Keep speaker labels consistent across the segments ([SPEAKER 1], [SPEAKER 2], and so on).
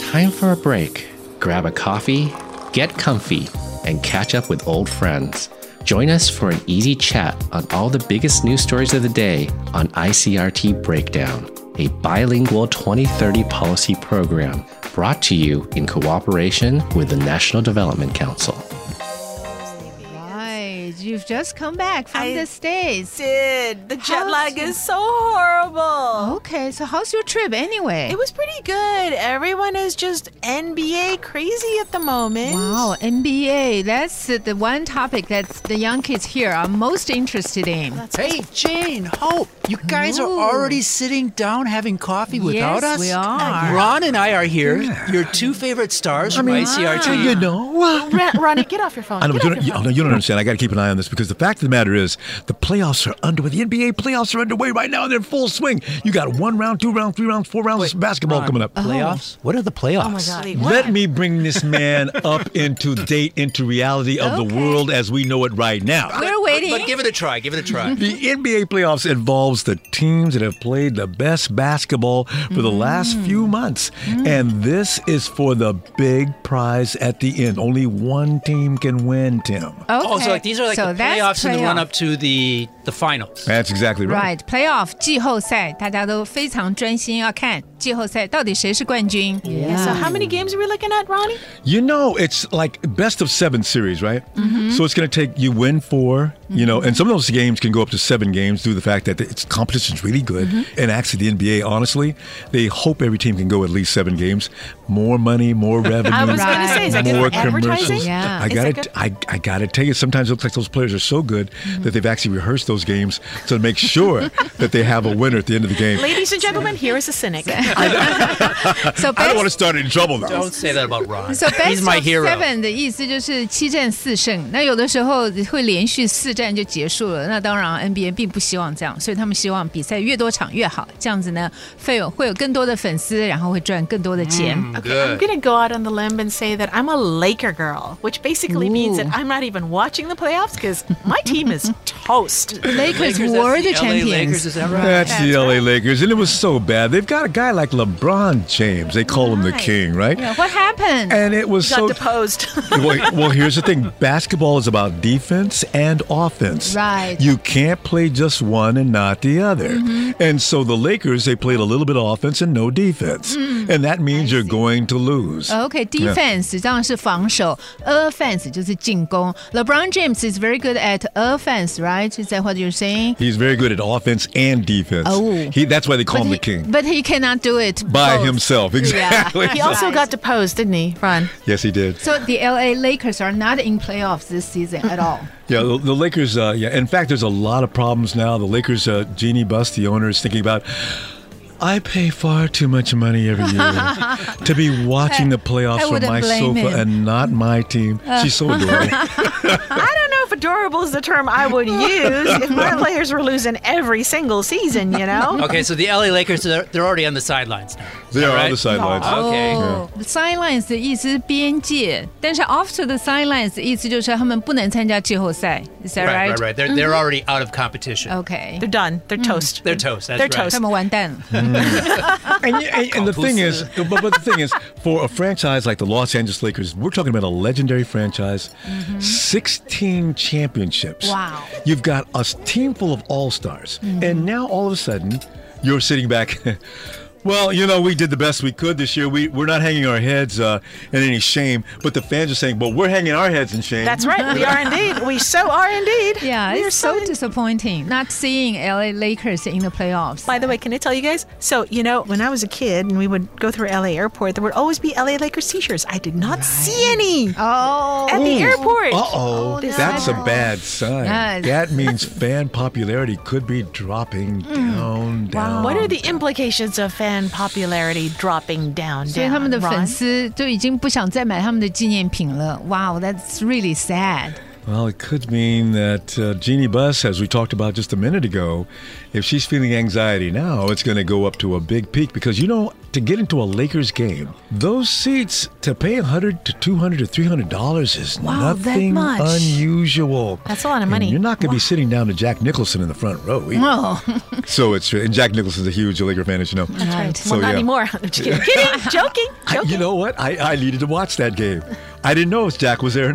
[SPEAKER 1] time for a break. Grab a coffee, get comfy, and catch up with old friends. Join us for an easy chat on all the biggest news stories of the day on ICRT Breakdown, a bilingual 2030 policy program brought to you in cooperation with the National Development Council.
[SPEAKER 2] Right. You've just come back from
[SPEAKER 3] I
[SPEAKER 2] the States.
[SPEAKER 3] did. The jet
[SPEAKER 2] How's
[SPEAKER 3] lag
[SPEAKER 2] your-
[SPEAKER 3] is so horrible.
[SPEAKER 2] Okay, so how's your trip anyway?
[SPEAKER 3] It was pretty good. Everyone is just NBA crazy at the moment.
[SPEAKER 2] Wow, NBA. That's uh, the one topic that the young kids here are most interested in.
[SPEAKER 4] Hey, Jane, Hope, you guys
[SPEAKER 2] Ooh.
[SPEAKER 4] are already sitting down having coffee without
[SPEAKER 2] Yes,
[SPEAKER 4] us?
[SPEAKER 2] we are.
[SPEAKER 4] Ron and I are here, your two favorite stars from ICRT.
[SPEAKER 5] You know,
[SPEAKER 6] Ron, Ronnie, get off your phone.
[SPEAKER 5] Uh-huh. I know,
[SPEAKER 6] Get
[SPEAKER 5] but you don't, you, oh,
[SPEAKER 6] off your phone.
[SPEAKER 5] no, you don't understand. I got to keep an eye on this because the fact of the matter is, the playoffs are underway. The NBA playoffs are underway right now. They're in full swing. You got one round, two rounds, three rounds, four rounds of basketball coming
[SPEAKER 2] Oh.
[SPEAKER 5] up.
[SPEAKER 4] Playoffs? What are the playoffs? Oh my God.
[SPEAKER 3] Sleep.
[SPEAKER 5] Let me bring this man up into date, into reality of
[SPEAKER 2] Okay.
[SPEAKER 5] the world as we know it right now.
[SPEAKER 2] We're waiting.
[SPEAKER 4] But give it a try. Give it a try.
[SPEAKER 5] The NBA playoffs involves the teams that have played the best basketball for the last few months. And this is for the big prize at the end. Only one team can win, Tim.
[SPEAKER 2] okay.
[SPEAKER 4] Oh, so like these are like
[SPEAKER 2] So
[SPEAKER 4] the
[SPEAKER 2] that's
[SPEAKER 4] playoffs in the
[SPEAKER 2] playoff.
[SPEAKER 4] run up to the the finals.
[SPEAKER 5] That's exactly right.
[SPEAKER 2] Right, playoff 季后赛，大家都非常专心要看季后赛到底谁是冠军。
[SPEAKER 3] So how many games are we looking at, Ronnie?
[SPEAKER 5] You know, it's like best of seven series, right?
[SPEAKER 3] Mm-hmm.
[SPEAKER 5] So it's going to take you win 4 you know, and some of those games can go up to seven games due to the fact that it's competition's really good.
[SPEAKER 3] Mm-hmm.
[SPEAKER 5] And actually, the NBA, honestly, they hope every team can go at least seven games. More money, more revenue.
[SPEAKER 3] I was going to say, is that good
[SPEAKER 5] more
[SPEAKER 3] for advertising?
[SPEAKER 5] commercials.
[SPEAKER 2] Yeah.
[SPEAKER 5] I
[SPEAKER 3] Is
[SPEAKER 5] gotta,
[SPEAKER 3] that good? Mm-hmm.
[SPEAKER 5] I, I gotta tell you, sometimes it looks like those players are so good that they've actually rehearsed those games to make sure that they have a winner at the end of the game.
[SPEAKER 3] Ladies and gentlemen, here is a cynic.
[SPEAKER 2] So
[SPEAKER 5] I don't want to
[SPEAKER 2] best
[SPEAKER 5] start any trouble though.
[SPEAKER 4] Don't say that about Ron.
[SPEAKER 2] so best
[SPEAKER 4] He's my
[SPEAKER 2] of
[SPEAKER 4] hero.
[SPEAKER 2] seven 的意思就是七战四胜，那有的时候会连续四战就结束了。那当然啊 NBA 并不希望这样，所以他们希望比赛越多场越好，这样子呢，费用会有更多的粉丝，然后会赚更多的钱。
[SPEAKER 3] I'm going to go out on the limb and say that I'm a Laker girl, which basically means that
[SPEAKER 2] Ooh.
[SPEAKER 3] I'm not even watching the playoffs because my team is toast.
[SPEAKER 2] Lakers were
[SPEAKER 4] Lakers, that's
[SPEAKER 2] the
[SPEAKER 4] LA Lakers,
[SPEAKER 2] champions.
[SPEAKER 4] is that right?
[SPEAKER 5] That's the LA Lakers, and it was so bad. They've got a guy like LeBron James. They call him the
[SPEAKER 2] Right.
[SPEAKER 5] king, right?
[SPEAKER 2] Yeah, what happened?
[SPEAKER 5] And it was
[SPEAKER 3] Got
[SPEAKER 5] so.
[SPEAKER 3] deposed.
[SPEAKER 5] well, well, here's the thing basketball is about defense and offense.
[SPEAKER 2] Right.
[SPEAKER 5] You can't play just one and not the other.
[SPEAKER 2] Mm-hmm.
[SPEAKER 5] And so the Lakers, they played a little bit of offense and no defense.
[SPEAKER 2] Mm.
[SPEAKER 5] And that means you're going to lose.
[SPEAKER 2] Uh. OK，defense、当然是防守，offense 就是进攻。LeBron James is very good at offense, right? Is that what you're saying?
[SPEAKER 5] He's very good at offense and defense.
[SPEAKER 2] Oh.
[SPEAKER 5] He, that's why they call him
[SPEAKER 2] he,
[SPEAKER 5] the king.
[SPEAKER 2] But he cannot do it
[SPEAKER 5] By
[SPEAKER 2] both.
[SPEAKER 5] himself,
[SPEAKER 2] Yeah.
[SPEAKER 5] exactly.
[SPEAKER 3] He also got deposed, didn't he, Ron?
[SPEAKER 5] yes, he did.
[SPEAKER 2] So the LA Lakers are not in playoffs this season at all.
[SPEAKER 5] Yeah, the, the Lakers. Uh, yeah, in fact, there's a lot of problems now. The Lakers, uh, Jeannie Buss, the owner, is thinking about. I pay far too much money every year to be watching the playoffs
[SPEAKER 2] I
[SPEAKER 5] from
[SPEAKER 2] wouldn't
[SPEAKER 5] my
[SPEAKER 2] blame
[SPEAKER 5] sofa
[SPEAKER 2] him. Uh.
[SPEAKER 5] and not my team. She's so adorable.
[SPEAKER 3] I don't know if adorable is the term I would use if my players were losing every single season, you know?
[SPEAKER 4] Okay, so the LA Lakers, they're, they're already on the sidelines now. Is
[SPEAKER 5] they
[SPEAKER 4] that
[SPEAKER 5] are on
[SPEAKER 4] right?
[SPEAKER 5] the sidelines.
[SPEAKER 4] Okay.
[SPEAKER 2] Oh, the sidelines 的意思是边界，但是 after the sidelines 的意思就是他们不能参加季后赛。Is that
[SPEAKER 4] Right,
[SPEAKER 2] right?
[SPEAKER 4] right, right. They're, they're already out of competition.
[SPEAKER 2] OK，
[SPEAKER 3] They're done. They're
[SPEAKER 2] Hmm.
[SPEAKER 3] toast.
[SPEAKER 4] They're toast. That's
[SPEAKER 3] They're
[SPEAKER 4] right.
[SPEAKER 3] toast.
[SPEAKER 2] 他们完蛋了。
[SPEAKER 5] And, y- and, and the thing is, but, but the thing is, for a franchise like the Los Angeles Lakers, we're talking about a legendary franchise, 16 championships.
[SPEAKER 2] Wow.
[SPEAKER 5] You've got a s- team full of all stars.
[SPEAKER 3] Mm-hmm.
[SPEAKER 5] And now all of a sudden, you're sitting back. Well, you know, we did the best we could this year. We, we're not hanging our heads uh, in any shame, but the fans are saying, well, we're hanging our heads in shame.
[SPEAKER 3] That's right. We are indeed. We so are indeed.
[SPEAKER 2] Yeah,
[SPEAKER 3] we are
[SPEAKER 2] it's so
[SPEAKER 3] in-
[SPEAKER 2] disappointing not seeing LA Lakers in the playoffs.
[SPEAKER 3] By the way, can I tell you guys? So, you know, when I was a kid and we would go through LA airport, there would always be LA Lakers t shirts. I did not see any
[SPEAKER 2] Oh,
[SPEAKER 3] at the airport.
[SPEAKER 5] Uh oh,
[SPEAKER 2] no.
[SPEAKER 5] that's a bad sign.
[SPEAKER 2] Yes.
[SPEAKER 5] That means fan popularity could be dropping down, down.
[SPEAKER 3] Mm. What are the implications of fan popularity dropping down?
[SPEAKER 2] 所以他们的
[SPEAKER 3] down,
[SPEAKER 2] 粉
[SPEAKER 3] Ron?
[SPEAKER 2] 丝就已经不想再买他们的纪念品了。Wow, that's really sad.
[SPEAKER 5] Well, it could mean that uh, Jeannie Buss, as we talked about just a minute ago, if she's feeling anxiety now, it's going to go up to a big peak because you know to get into a Lakers game, those seats to pay 100 to 200 to 300 dollars is
[SPEAKER 2] Wow, that
[SPEAKER 5] nothing
[SPEAKER 2] much.
[SPEAKER 5] unusual.
[SPEAKER 3] That's a lot of
[SPEAKER 5] And
[SPEAKER 3] money.
[SPEAKER 5] you're not going to be sitting down to Jack Nicholson in the front row. Either.
[SPEAKER 2] Oh,
[SPEAKER 5] So it's and Jack Nicholson's a huge Laker fan, as you know.
[SPEAKER 2] That's right.
[SPEAKER 5] So,
[SPEAKER 3] well, not
[SPEAKER 5] yeah.
[SPEAKER 3] anymore. I'm just kidding. kidding. Joking.
[SPEAKER 5] I-
[SPEAKER 3] Joking.
[SPEAKER 5] you know what? I, I needed to watch that game. I didn't know if Jack was there or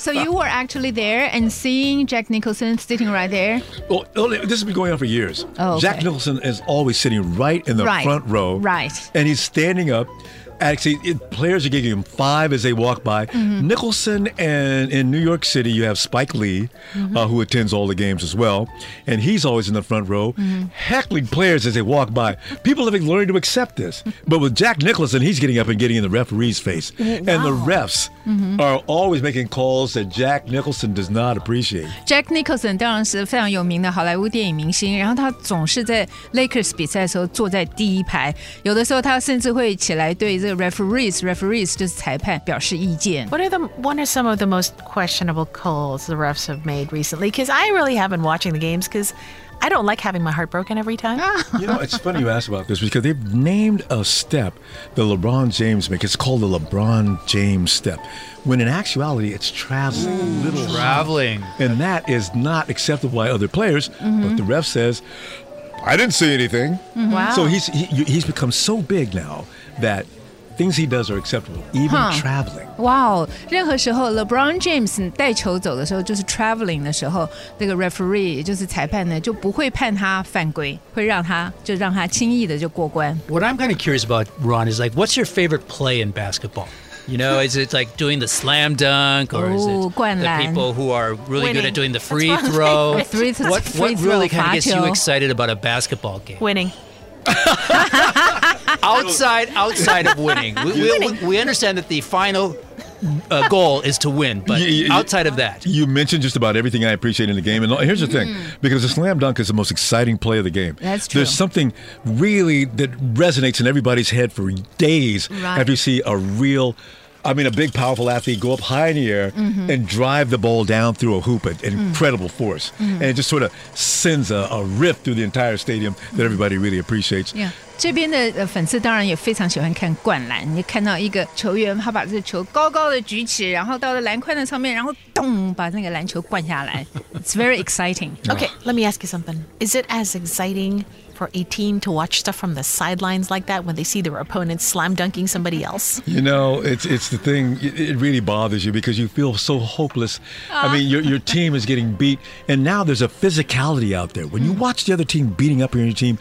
[SPEAKER 2] so you were actually there and seeing Jack Nicholson sitting right there.
[SPEAKER 5] Well, well, this has been going on for years.
[SPEAKER 2] Oh, okay.
[SPEAKER 5] Jack Nicholson is always sitting right in the
[SPEAKER 2] Right.
[SPEAKER 5] front row.
[SPEAKER 2] Right.
[SPEAKER 5] And he's standing up. Actually, it, players are giving him five as they walk by.
[SPEAKER 2] Mm-hmm.
[SPEAKER 5] Nicholson and in New York City, you have Spike Lee,
[SPEAKER 2] Mm-hmm.
[SPEAKER 5] uh, who attends all the games as well, and he's always in the front row,
[SPEAKER 2] Mm-hmm.
[SPEAKER 5] heckling players as they walk by. People have been learning to accept this,
[SPEAKER 2] Mm-hmm.
[SPEAKER 5] but with Jack Nicholson, he's getting up and getting in the referee's face, and the refs
[SPEAKER 2] Mm-hmm.
[SPEAKER 5] are always making calls that Jack Nicholson does not appreciate.
[SPEAKER 2] Jack Nicholson 当然是非常有名的好莱坞电影明星，然后他总是在 Lakers 比赛的时候坐在第一排，有的时候他甚至会起来对这个 referees referees 就是裁判表示意见。
[SPEAKER 3] What are the what are some of the most questionable calls the refs have made recently? Because I really have been watching the games because I don't like having my heart broken every time.
[SPEAKER 2] Ah.
[SPEAKER 5] You know, it's funny you asked about this because they've named a step the LeBron James make. It's called the LeBron James step, when in actuality it's traveling, little
[SPEAKER 4] Traveling.
[SPEAKER 5] and that is not acceptable by other players. But the ref says, "I didn't see anything."
[SPEAKER 3] Wow.
[SPEAKER 5] So he's he, he's become so big now that things he does are acceptable, even
[SPEAKER 2] Huh.
[SPEAKER 5] traveling.
[SPEAKER 2] 哇哦！任何时候，LeBron James 带球走的时候，就是 traveling 的时候，那个 referee 也就是裁判呢，就不会判他犯规，会让他就让他轻易的就过关。
[SPEAKER 4] What I'm kind of curious about, Ron, is like, what's your favorite play in basketball? You know, is it like doing the slam dunk, or is
[SPEAKER 2] Ooh,
[SPEAKER 4] it the
[SPEAKER 2] 灌篮。
[SPEAKER 4] people who are really good
[SPEAKER 3] Winning.
[SPEAKER 4] at doing the
[SPEAKER 3] That's
[SPEAKER 4] free
[SPEAKER 3] what I'm
[SPEAKER 4] throw?
[SPEAKER 2] thinking. Free th-
[SPEAKER 4] what
[SPEAKER 2] free
[SPEAKER 4] what really
[SPEAKER 2] throw,
[SPEAKER 4] kind of gets you
[SPEAKER 2] 罚球。
[SPEAKER 4] excited about a basketball game?
[SPEAKER 3] Winning.
[SPEAKER 4] outside outside of winning. We, we, we understand that the final uh, goal is to win, but
[SPEAKER 5] You- you-
[SPEAKER 4] outside of that,
[SPEAKER 5] You mentioned just about everything I appreciate in the game, and here's the thing: because the slam dunk is the most exciting play of the game.
[SPEAKER 2] Hmm. That's
[SPEAKER 5] There's
[SPEAKER 2] true.
[SPEAKER 5] something really that resonates in everybody's head for days
[SPEAKER 2] Right.
[SPEAKER 5] after you see a real. I mean, a big, powerful athlete go up high in the air
[SPEAKER 2] Mm-hmm.
[SPEAKER 5] and drive the ball down through a hoop at
[SPEAKER 2] Mm.
[SPEAKER 5] incredible force.
[SPEAKER 2] Mm-hmm.
[SPEAKER 5] And it just sort of sends a, a rift through the entire stadium that everybody really appreciates.
[SPEAKER 2] 这边的呃粉丝当然也非常喜欢看灌篮，你看到一个球员他把这球高高的举起，然后到了篮筐的上面，然后咚把那个篮球灌下 来。It's very exciting。
[SPEAKER 3] Okay, let me ask you something. Is it as exciting for a team to watch stuff from the sidelines like that when they see their opponent slam dunking somebody else?
[SPEAKER 5] You know, it's it's the thing. It, it really bothers you because you feel so hopeless. I mean, your your team is getting beat, and now there's a physicality out there. When you watch the other team beating up on your team,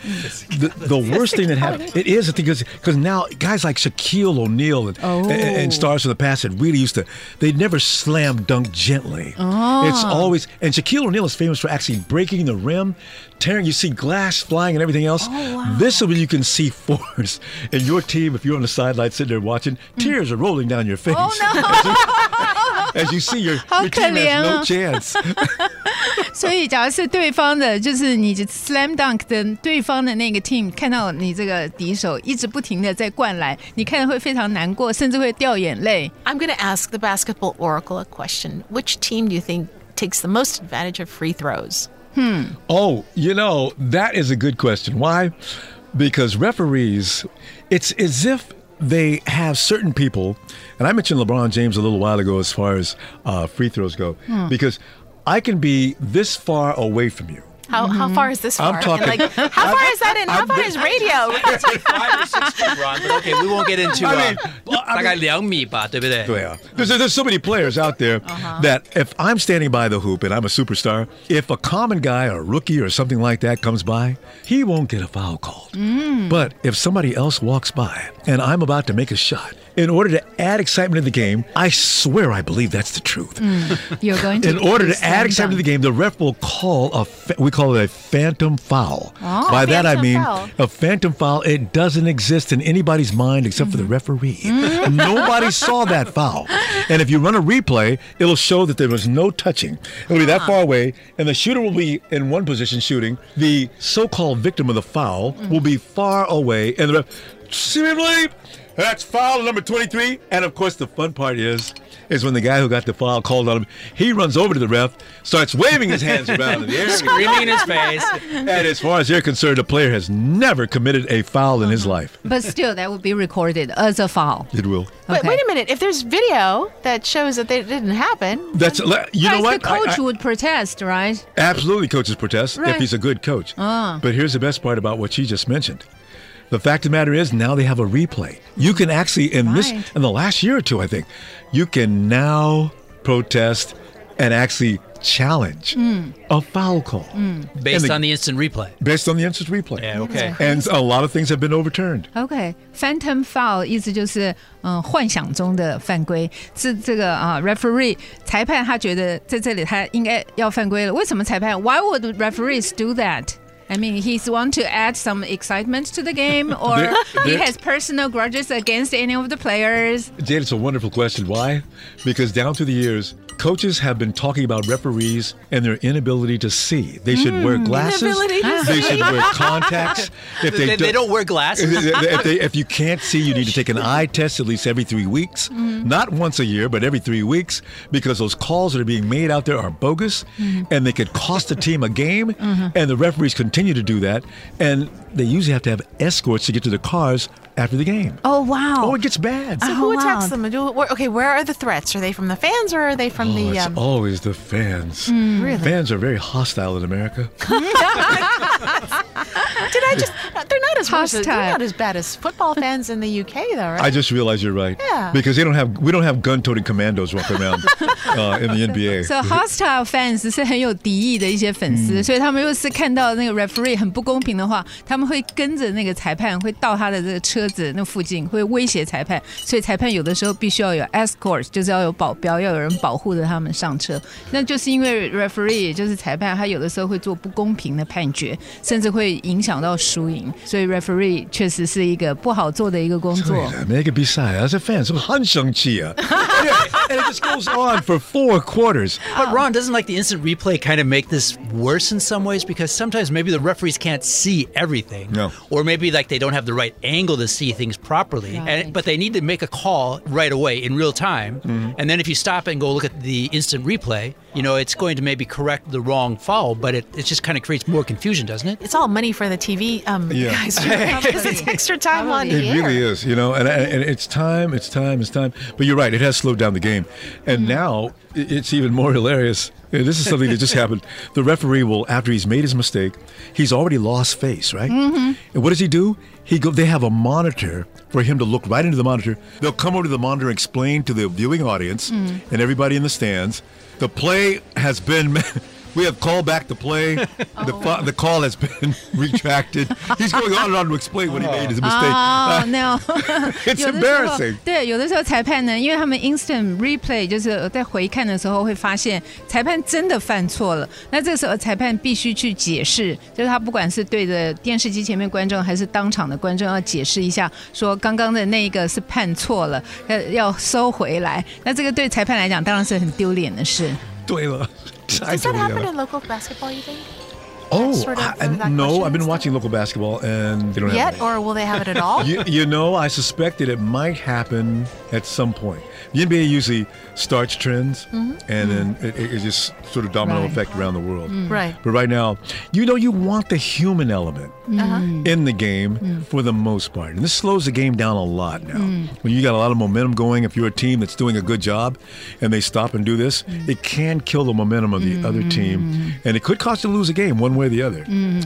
[SPEAKER 5] the, the worst thing that happens it is because because now guys like Shaquille O'Neal and, and, and stars of the past that really used to they never slam dunk gently. It's always and Shaquille O'Neal is famous for actually breaking the rim, tearing. You see glass flying and everything else. This is when you can see force. And your team, if you're on the sideline sitting there watching, tears are rolling down your face. As you see your,
[SPEAKER 2] How
[SPEAKER 5] your team has
[SPEAKER 2] 可怜
[SPEAKER 5] no
[SPEAKER 2] 啊。
[SPEAKER 5] chance.
[SPEAKER 2] 所以，假如是对方的，就是你 slam dunk 的对方的那个 team 看到你这个敌手一直不停的在灌篮，你看了会非常难过，甚至会掉眼泪。
[SPEAKER 3] I'm going to ask the basketball oracle a question. Which team do you think takes the most advantage of free throws?
[SPEAKER 5] Oh, you know, that is a good question. Why? Because referees, it's as if they have certain people, and I mentioned LeBron James a little while ago as far as uh, free throws go, because I can be this far away from you.
[SPEAKER 3] How, how far is this far?
[SPEAKER 5] I'm
[SPEAKER 3] And,
[SPEAKER 5] talking-
[SPEAKER 3] like, how far is that in? How
[SPEAKER 5] I'm
[SPEAKER 3] far
[SPEAKER 5] re-
[SPEAKER 3] is radio?
[SPEAKER 4] it's like five or six feet, Ron. But okay, we won't get into. Uh,
[SPEAKER 5] I mean, I mean-
[SPEAKER 4] 大概两米吧，对不对？
[SPEAKER 5] Yeah. There's, there's so many players out there
[SPEAKER 3] Uh-huh.
[SPEAKER 5] that if I'm standing by the hoop and I'm a superstar, if a common guy or rookie or something like that comes by, he won't get a foul called.
[SPEAKER 3] Mm.
[SPEAKER 5] But if somebody else walks by and I'm about to make a shot, in order to add excitement to the game, I swear I believe that's the truth.
[SPEAKER 3] Mm.
[SPEAKER 2] You're going to
[SPEAKER 5] In order to
[SPEAKER 2] slam
[SPEAKER 5] add excitement to the
[SPEAKER 2] dunk.
[SPEAKER 5] game, the ref will call a fa- we call it a phantom foul. By that I
[SPEAKER 3] Oh, Phantom
[SPEAKER 5] mean
[SPEAKER 3] foul.
[SPEAKER 5] a phantom foul. It doesn't exist in anybody's mind except for the referee. Nobody saw that foul. And if you run a replay, it'll show that there was no touching. It'll be that far away, and the shooter will be in one position shooting. The so-called victim of the foul will be far away, and the ref. Simply, that's foul number 23. And of course, the fun part is is when the guy who got the foul called on him. He runs over to the ref, starts waving his hands around in the air.
[SPEAKER 4] Screaming in his face.
[SPEAKER 5] And as far as they're concerned, the player has never committed a foul in his
[SPEAKER 2] Uh-huh.
[SPEAKER 5] life.
[SPEAKER 2] But still, that would be recorded as a foul.
[SPEAKER 5] It will.
[SPEAKER 2] Okay.
[SPEAKER 6] But wait a minute, if there's video that shows that they didn't happen,
[SPEAKER 5] That's you know
[SPEAKER 2] Guys,
[SPEAKER 5] what
[SPEAKER 2] The coach
[SPEAKER 5] I- I-
[SPEAKER 2] would protest, right?
[SPEAKER 5] Absolutely, coaches protest
[SPEAKER 2] Right. Ah.
[SPEAKER 5] if he's a good coach. But here's the best part about what she just mentioned. The fact of the matter is, now they have a replay. You can actually, in this,
[SPEAKER 2] Right.
[SPEAKER 5] in the last year or two, I think, you can now protest and actually challenge
[SPEAKER 2] Hmm.
[SPEAKER 5] a foul call
[SPEAKER 4] Based
[SPEAKER 5] And the-
[SPEAKER 4] on the instant replay.
[SPEAKER 5] based on the instant replay.
[SPEAKER 4] Yeah, okay.
[SPEAKER 5] And a lot of things have been overturned.
[SPEAKER 2] OK，phantom、foul 意思就是嗯、呃幻想中的犯规。是这个啊、referee 裁判他觉得在这里他应该要犯规了。为什么裁判？Why would referees do that? I mean, he's want to add some excitement to the game, or
[SPEAKER 5] There-
[SPEAKER 2] he
[SPEAKER 5] there-
[SPEAKER 2] has personal grudges against any of the players.
[SPEAKER 5] Jade, it's a wonderful question. Why? Because down through the years, coaches have been talking about referees and their inability to see. They should wear glasses.
[SPEAKER 6] Hmm, Inability to
[SPEAKER 5] They should wear contacts. If
[SPEAKER 4] They, they don't wear glasses.
[SPEAKER 5] if, they, if you can't see, you need to take an eye test at least every three weeks.
[SPEAKER 6] Hmm.
[SPEAKER 5] Not once a year, but every three weeks, because those calls that are being made out there are bogus
[SPEAKER 6] Hmm.
[SPEAKER 5] and they could cost the team a game.
[SPEAKER 6] Uh-huh.
[SPEAKER 5] And the referees continue to do that. And they usually have to have escorts to get to their cars after the game.
[SPEAKER 2] Oh wow!
[SPEAKER 5] Oh, it gets bad.
[SPEAKER 6] who attacks
[SPEAKER 2] wow.
[SPEAKER 6] them? Do, where, okay, where are the threats? Are they from the fans or are they from
[SPEAKER 5] Oh,
[SPEAKER 6] the?
[SPEAKER 5] it's
[SPEAKER 6] Um, Mm.
[SPEAKER 5] always the fans. Fans are very hostile in America.
[SPEAKER 6] did I just? They're not as worse as,
[SPEAKER 2] Hostile.
[SPEAKER 6] they're not as bad as football fans in the UK, though, right?
[SPEAKER 5] I just realized you're right.
[SPEAKER 6] Yeah.
[SPEAKER 5] Because they don't have we don't have gun-toting commandos walking around uh, in the NBA.
[SPEAKER 2] So hostile fans 是很有敌意的一些粉丝，所以他们又是看到那个 referee 很不公平的话，他们会跟着那个裁判，会到他的这个车子那附近，会威胁裁判。所以裁判有的时候必须要有 escort，就是要有保镖，要有人保护着他们上车。那就是因为 referee 也就是裁判，他有的时候会做不公平的判决，甚至会影响到输赢。所以 referee 确实是一个不好做的一个工作。
[SPEAKER 5] Wait, make it be side. As a fan, some Hansung Chia. yeah, and it just goes on for four quarters.
[SPEAKER 4] But Ron, doesn't like the instant replay kind of make this worse in some ways because sometimes maybe the referees can't see everything,
[SPEAKER 5] No.
[SPEAKER 4] or maybe like they don't have the right angle to see things properly.
[SPEAKER 2] Right.
[SPEAKER 4] And, but they need to make a call right away in real time, and then if you stop and go look at the instant replay, you know it's going to maybe correct the wrong foul, but it, it just kind of creates more confusion, doesn't it?
[SPEAKER 6] it's all money for the TV um,
[SPEAKER 5] Yeah.
[SPEAKER 6] guys because it's extra time on
[SPEAKER 2] Probably.
[SPEAKER 6] the
[SPEAKER 5] It
[SPEAKER 6] air.
[SPEAKER 5] really is, you know, and, and it's time, it's time, it's time. But you're right, it has slowed down the game. And now i- it's even more hilarious. And This is something that just happened. The referee will, after he's made his mistake, he's already lost face, right? And what does he do? He go. They have a monitor for him to look right into the monitor. They'll come over to the monitor and explain to the viewing audience and everybody in the stands. The play has been. We have called back the play. The, fi- the call has been retracted. He's going on and on to explain what he made his mistake.
[SPEAKER 6] Ah.
[SPEAKER 2] 哦、no，
[SPEAKER 5] It's
[SPEAKER 2] 有的时候
[SPEAKER 5] embarrassing.
[SPEAKER 2] 对，有的时候裁判呢，因为他们 instant replay 就是在回看的时候会发现裁判真的犯错了，那这个时候裁判必须去解释，就是他不管是对着电视机前面观众还是当场的观众要解释一下，说刚刚的那一个是判错了，要要收回来。那这个对裁判来讲当然是很丢脸的事。
[SPEAKER 5] Ah, 对了，
[SPEAKER 6] Does that happen
[SPEAKER 5] I
[SPEAKER 6] in local basketball? You think?
[SPEAKER 5] oh,
[SPEAKER 6] sort of uh,
[SPEAKER 5] I-
[SPEAKER 6] those
[SPEAKER 5] I- no, I've
[SPEAKER 6] questions?
[SPEAKER 5] been watching local basketball and they don't have
[SPEAKER 6] Yet,
[SPEAKER 5] any.
[SPEAKER 6] or will they have it at all?
[SPEAKER 5] you, you know, I suspect that it might happen at some point. The NBA usually starts trends,
[SPEAKER 6] Mm-hmm.
[SPEAKER 5] and then it, it- it's just sort of domino
[SPEAKER 2] Right.
[SPEAKER 5] effect around the world.
[SPEAKER 6] Right.
[SPEAKER 5] But right now, you know, you want the human element
[SPEAKER 6] Mm. Uh-huh.
[SPEAKER 5] in the game for the most part. And this slows the game down a lot now. When you got a lot of momentum going, if you're a team that's doing a good job and they stop and do this, it can kill the momentum of the other team. And it could cost you to lose a game one way or the other.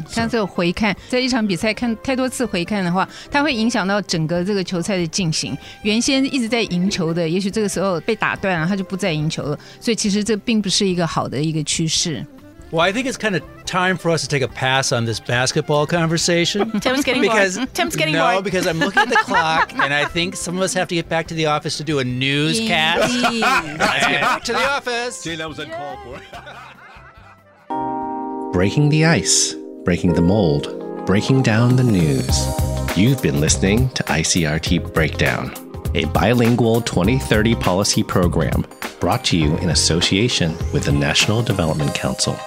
[SPEAKER 2] 像这种回看，在一场比赛看太多次回看的话，它会影响到整个这个球赛的进行。原先一直在赢球的，也许这个时候被打断了，他就不再赢球了。所以其实这并不是一个好的一个趋势。
[SPEAKER 4] Well, I think it's kind of time for us to take a pass on this basketball conversation.
[SPEAKER 6] Tim's getting
[SPEAKER 4] because
[SPEAKER 6] bored. Tim's getting
[SPEAKER 4] no,
[SPEAKER 6] bored.
[SPEAKER 4] because I'm looking at the clock, and I think some of us have to get back to the office to do a newscast. Let's get back to the office.
[SPEAKER 5] that was uncalled for.
[SPEAKER 1] breaking the ice, breaking the mold, breaking down the news. You've been listening to ICRT Breakdown, a bilingual 2030 policy program brought to you in association with the National Development Council.